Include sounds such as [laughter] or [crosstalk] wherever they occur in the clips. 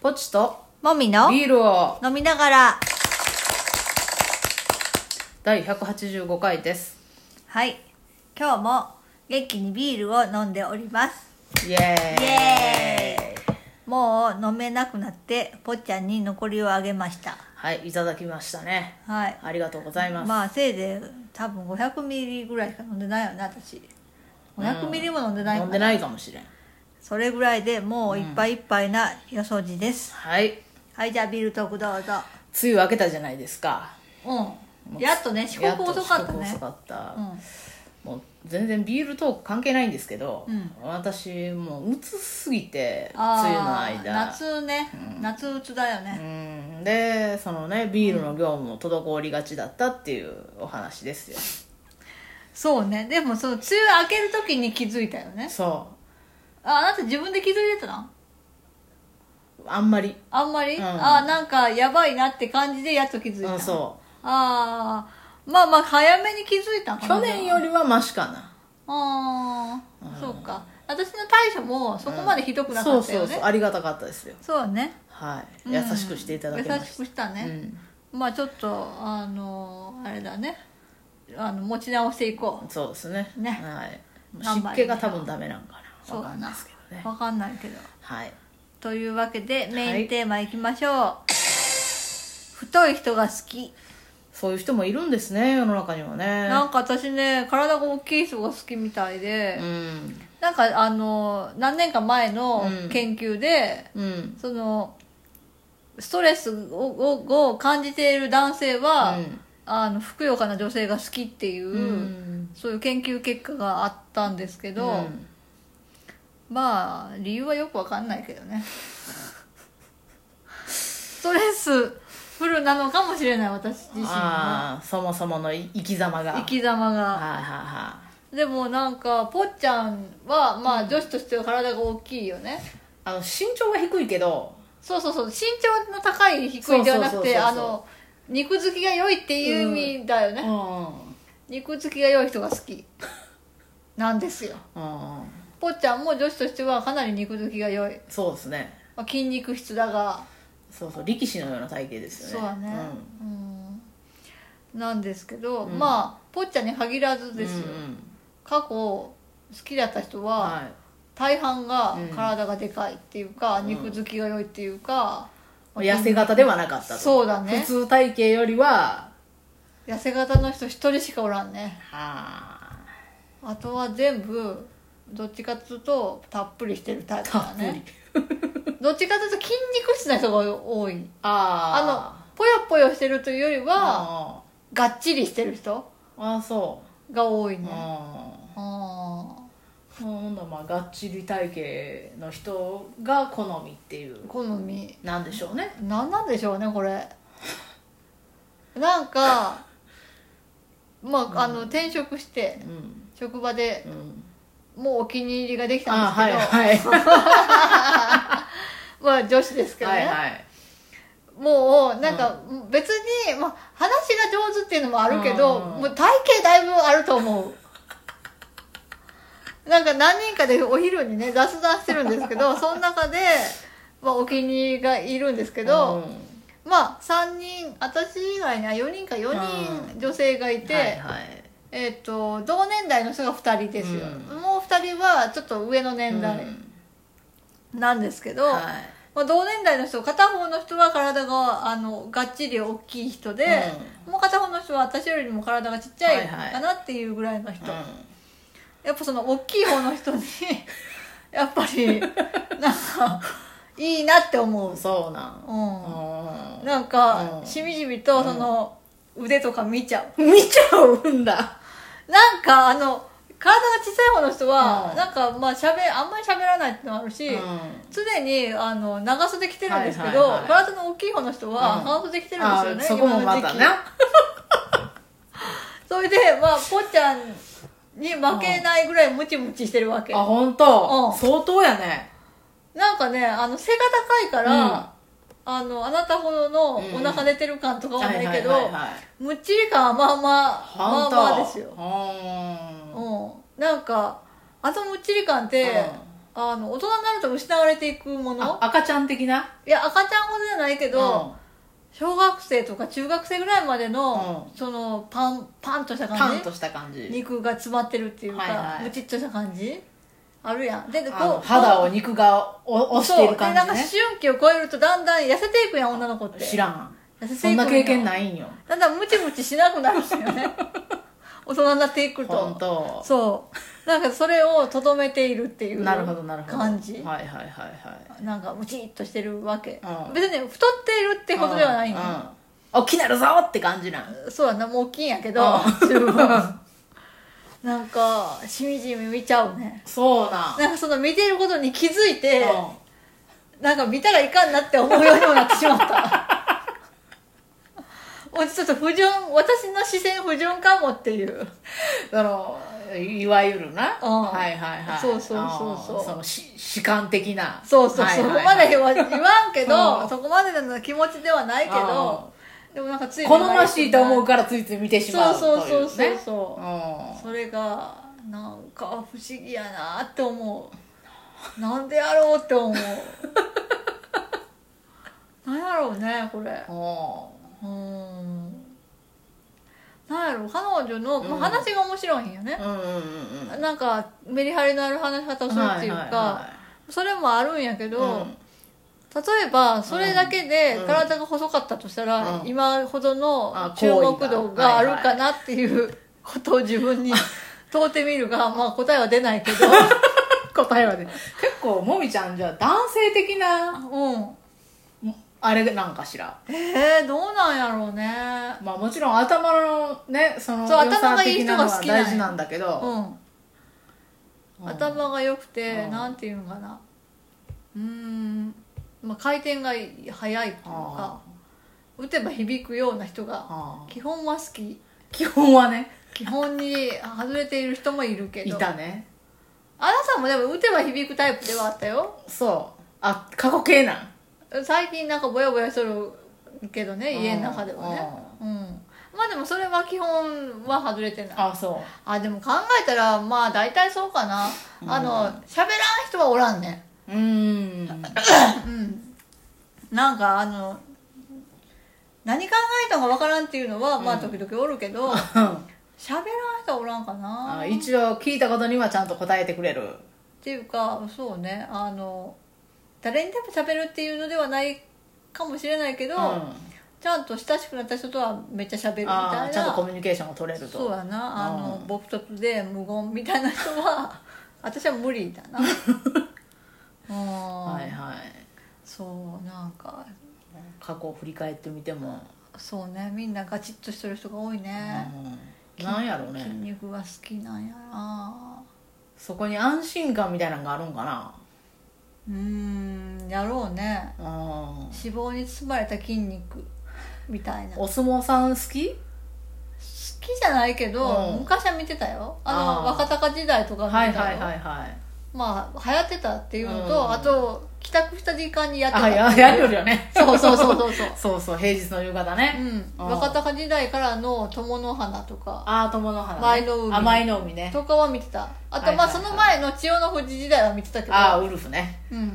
ポチともみのビールを飲みながら第185回ですはい今日も元気にビールを飲んでおりますイエーイイエもう飲めなくなってぽっちゃんに残りをあげましたはいいただきましたねはいありがとうございます、まあせいぜい多分500ミリぐらいしか飲んでないよね私500ミリも飲んでない飲んから、でないかもしれんそれぐらいでもういっぱいいっぱいなよそじです、はい梅はいじゃあビールトークどうぞ雨明けたじゃないですかうんやっとね遅刻遅かやとった遅ね刻遅かったう、んもう全然ビールトーク関係ないんですけど、うん私もう鬱すぎて梅雨のあー間夏ね、夏うつだよね、うんでそのねビールの業務も滞りがちだったっていうお話ですよ、そうねでもその梅雨明ける時に気づいたよねそああなた自分で気づいてたのうあんまり、あんまり、うんああなんかやばいなって感じでやっと気づいた、うん、そああまあまあ早めに気づいたうかな去年よりはマシかなああ、そうか私の対処もそこまでひどくなかそうったよそね、うそうありがたかったですよそうねはいうん優しくしていただきま優ししくしたた、うね、ん、まあちょっとあのあれだねあの持ち直していこうそうですねねはい、頑張湿り気が多分ダメなんかなそうわだかんないなですけどねわかんないけどはいというわけでメはイいンテーマいきましょう、太い人が好きそういう人もいるんですね世の中にはねなんか私ね体が大きい人が好きみたいで、うんなんかあの何年か前のうん研究で、うんそのストレスををを感じている男性は、うんあのふくよかな女性が好きっていう、うんそういう研究結果があったんですけど、うんまあ理由はよくわかんないけどねストレスフルなのかもしれない私自身のああそもそもの生き様が生き様はいがはいはでもなんかぽっちゃんはまあ女子としては体が大きいよねいあの身長は低いけどそうそうそう身長の高い低いではなそうそうそうくてそうあの肉付きが良いっていう意味だようね、んうん肉付きが良い人が好きなんですようんぽっちゃんも女子としてはかなり肉付きが良い、そうですねまあ、筋肉質だがそうそう力士のような体型ですそよねうだねうん、なんですけど、まあぽっちゃんに限らずうんですよ、うんうん過去好きだった人は、はい大半がうん体がでかいっていうか、肉付きが良いっていうか、痩せ型ではなかったとそうだね普通体型よりは痩せ型の人一人しかおらんねああとは全部どっちかっていうとたっぷりしてるタイプただっぷりねどっちかっていうと筋肉質な人が多いああのぽよぽよしてるというよりーはあがっちりしてる人ーあーそが多いううんねああほんならまあがっちり体型の人が好みっていう好みなんでしょうねなんなんでしょうねこれなんかまああの転職してうん職場でうんもうお気に入りができたんあですけどはいはい [laughs] まあ女子ですけどはね、い [laughs] はいもうなんか別に、まあ、話が上手っていうのもあるけど、うんもう体型だいぶあると思うなんか何人かでお昼にね雑談してるんですけどその中で、まあ、お気に入りがいるんですけど、まあ3人私以外には4人か4人女性がいて、ではいはいえっと同年代の人が2人ですよ、うもう2人はちょっと上の年代うんなんですけど、はいまあ、同年代の人片方の人は体があのがっちり大きい人で、もう片方の人は私よりも体がちっちゃはいいはいかなっていうぐらいの人、うんやっぱその大きい方の人に [laughs] やっぱりなんかいいなって思ううん、そうなんううんん、なんか、うんしみじみとその、腕とか見ちゃう見ちゃうんだなんかあの体が小さい方の人は、うんなんかまあしゃべあんまり喋らないってのもあるし、うん常にあの長袖着てるんですけど、はいはいはい体の大きい方の人はうん半袖着てるんですあよーね、そこも今のま時期たなそれでまあぽっちゃんに負けないぐらいムチムチしてるわけ、あ本当、うん相当やねなんかねあの背が高いから、あのあなたほどのお腹出てる感とかはないけど、むっちり感はまあまあまあ本当まあですようーんうん、なんかあのむっちり感って、あの大人になると失われていくもあの赤ちゃん的ないや赤ちゃんほどじゃないけど、小学生とか中学生ぐらいまでの、うそのパンパンとしたうんパ感ンじとした感じ肉が詰まってるっていうか、はいはいムチっとした感じあるやんでこうあの肌を肉がお押している感そうじでなんかね思春期を超えるとだんだん痩せていくやん女の子って知らん痩せていくそんな経験いないんよだんだんムチムチしなくなるんだよ [laughs] ね大人になっていく本と当そうなんかそれをとどめているっていうなるほどなるほど感じはいはいはいはいなんかムチっとしてるわけ、うん別に太っているってことではないうんの、うん大きなるぞって感じなんそうやなもう大きいんやけどう自分 [laughs] なんかしみじみ見ちゃうねそうなんなんかその見てることに気づいてうんなんか見たらいかんなって思うようにもなってしまった [laughs] もうちょっと不純私の視線不純かもっていうそのいわゆるな、うんはいはいはいそうそうそうそううんそのし主観的なそうそう、はいはいはいそこまでは言わんけど、うんそこまでの気持ちではないけど、でもなんかつい好ましいと思うかからついつい見てしまそううそとういそううそうねそうう、んそれがなんか不思議やなって思うなんでやろうっ [laughs] て思うなんやろうねこれうーんなんやろう彼女の、まあうん話が面白いんよね、うんうんうんうんなんかメリハリのある話し方をするっていうか、それもあるんやけど、うん例えばそれだけでうん体が細かったとしたら、うん今ほどのあ注目度好意ががあはいるはいかなっ [laughs] ていうことを自分に問うてみるが、まあ、答えは出ない [laughs] けど答えは出ない、結構もみちゃんじゃあ男性的なうん、あれなんかしらえー、どうなんやろうねまあもちろん頭のねそのそう良さ頭がい的いな人がの好はきなんや大事なんだけど、うん、頭が良くて、うんなんていうのかなうーん、まあ、回転が速いというかあ打てば響くような人があ基本は好き基本はね基本に外れている人もいるけいどたねあなたもでも打てば響くタイプではあったよそうあ過去形なん最近なんかぼやぼやするけどね家の中ではねうんまあでもそれは基本は外れてないあそうあでも考えたらまあ大体そうかなうんあの喋らん人はおらんねうー [laughs] んうんなんかあの何考えたのかわからんっていうのは、まあ時々おるけど喋らん人はおらんかなあ一応聞いたことにはちゃんと答えてくれるっていうかそうねあの誰にでも喋るっていうのではないかもしれないけど、うんちゃんと親しくなった人とはめっちゃ喋るみたあいーちゃんとコなミュニケーションが取れるとそうやなあの、うん僕とで無言みたいな人 [laughs] は私は無理だなうん、はいはいそうなんか過去を振り返ってみても、そうねみんなガチッとしてる人が多いね、うん、なんやろう筋ね肉が好きなんやなそこに安心感みたいなのがあるんかなうーんやろうねうん脂肪に包まれた筋肉みたいなお相撲さん好き好きじゃないけど、うん昔は見てたよあのあー若鷹時代とか見はいてたはよ、いはいはいまあ流行ってたっていうのと、うんあと帰宅した時間にやってたあややるよねそうそうそうそうそう [laughs] そうそう平日の夕方うね、んあー若鷹時代からの友の花とかああ友の花、ね、舞の海あ舞の海ねとかは見てたあと、はいはいはいまあその前の千代の富士時代は見てたけどああウルフねうんうんうんうんう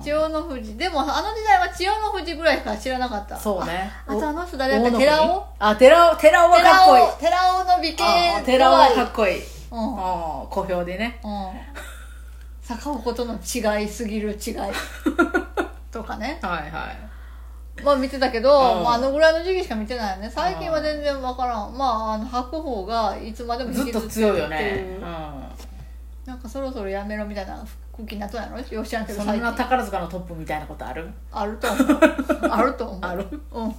ん千代の富士でもあの時代は千代の富士ぐらいしか知らなかったそうねああとあの人お誰だっけ寺尾あ寺尾寺尾はかっこいい寺尾寺尾の美あ形寺尾はかっこいいうんあ小評でねうん、坂岡との違いすぎる [laughs] 違いとかねはいはいまあ見てたけど、うんまあ、あのぐらいの時期しか見てないよね最近は全然分からんまああの白鵬がいつまでもずっ引きとず強いよってねい、ううなんかそろそろやめろみたいな空気になっとんやろよしやんけん、どそ最んな近宝塚のトップみたいなことあるあると思 [laughs] うあると思うあるうん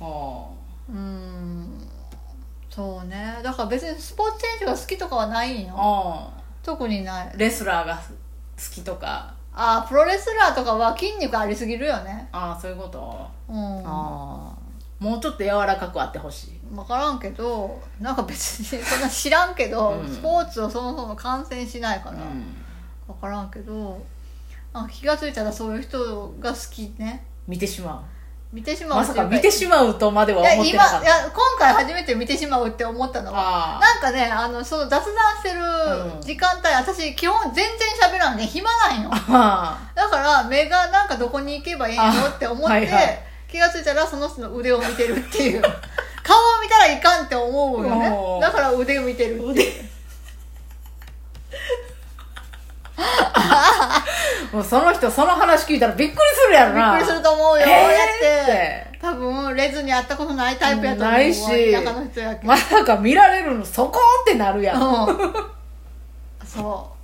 あうーんそうねだから別にスポーツ選手が好きとかはないんよあ特にないレスラーが好きとかああプロレスラーとかは筋肉ありすぎるよねああそういうことうんああもうちょっと柔らかくあってほしい分からんけどなんか別にそんな知らんけど、うんスポーツをそもそも観戦しないかうら、ん分からんけどなんか気が付いたらそういう人が好きね見てしま見てしまうまってさいうかか見てしまうとまでは思っいやて今なかっいたや今回初めて見てしまうって思ったのはあなんかねあのその雑談してうんる時間帯、私基本全然喋らんで暇ないのああだから目がなんかどこに行けばいいのって思って、はいはい気がついたらその人の腕を見てるって [laughs] いう顔を見たらいかんって思うよおねーだから腕を見てるあ腕もうその人その話聞いたらびっくりするやろびっなくりすると思うよ、えーやってっ多分レズに会ったことないタイプやと思うないし中の人やけど、まさか見られるのそこってなるやん、うんそう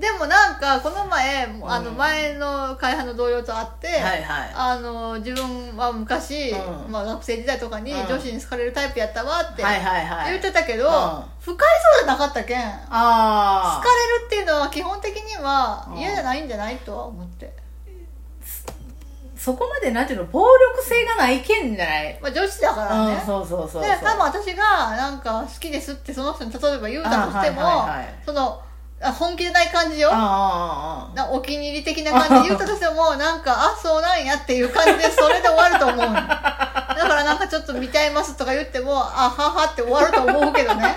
でもなんかこの前、んあの前の会派の同僚と会って、はいはいあの自分は昔、うんまあ、学生時代とかにうん女子に好かれるタイプやったわってはいはいはい言ってたけうど、ん不快そうじゃなかったけん好あかあれるっていうのは基本的にはうん嫌じゃないんじゃないとは思って、そこまでなんていうの暴力性がないけんじゃない、まあ、女子だからうねん、そうそうそうそうで多分私がなんか好きですってその人に例えば言うたとしても、あはいはいはいそのあ本気でない感じよああああああなお気に入り的な感じで言ったとしてもなんかあそうなんやっていう感じでそれで終わると思うのだからなんかちょっと見ちゃいますとか言ってもあははって終わると思うけどね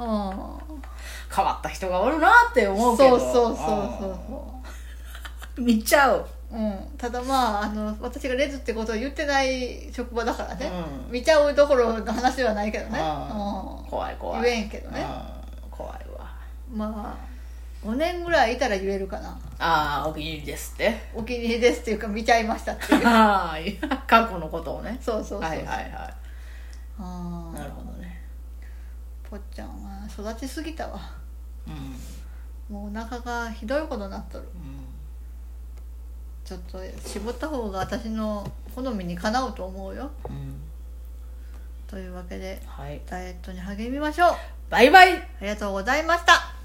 う変わった人がおるなって思んうけどそうそうそうそうそうん見ちゃう、う、うん、ただまああの私がレズってことを言ってない職場だからね、うん見ちゃうどころの話ではないけどね、うんう怖い怖ん、い言えんけどね、うん怖いわまあ5年ぐらいいたら言えるかなああお気に入りですって [laughs] お気に入りですっていうか見ちゃいましたっていうはい過去のことをねそうそうそう、はいはいはあいーなるほどねぽっちゃんは育ちすぎたわうん、うんもうお腹がひどいことになっとるちょっと絞った方が私の好みにかなうと思うようん、というわけではいダイエットに励みましょうあバイバイりがとうございました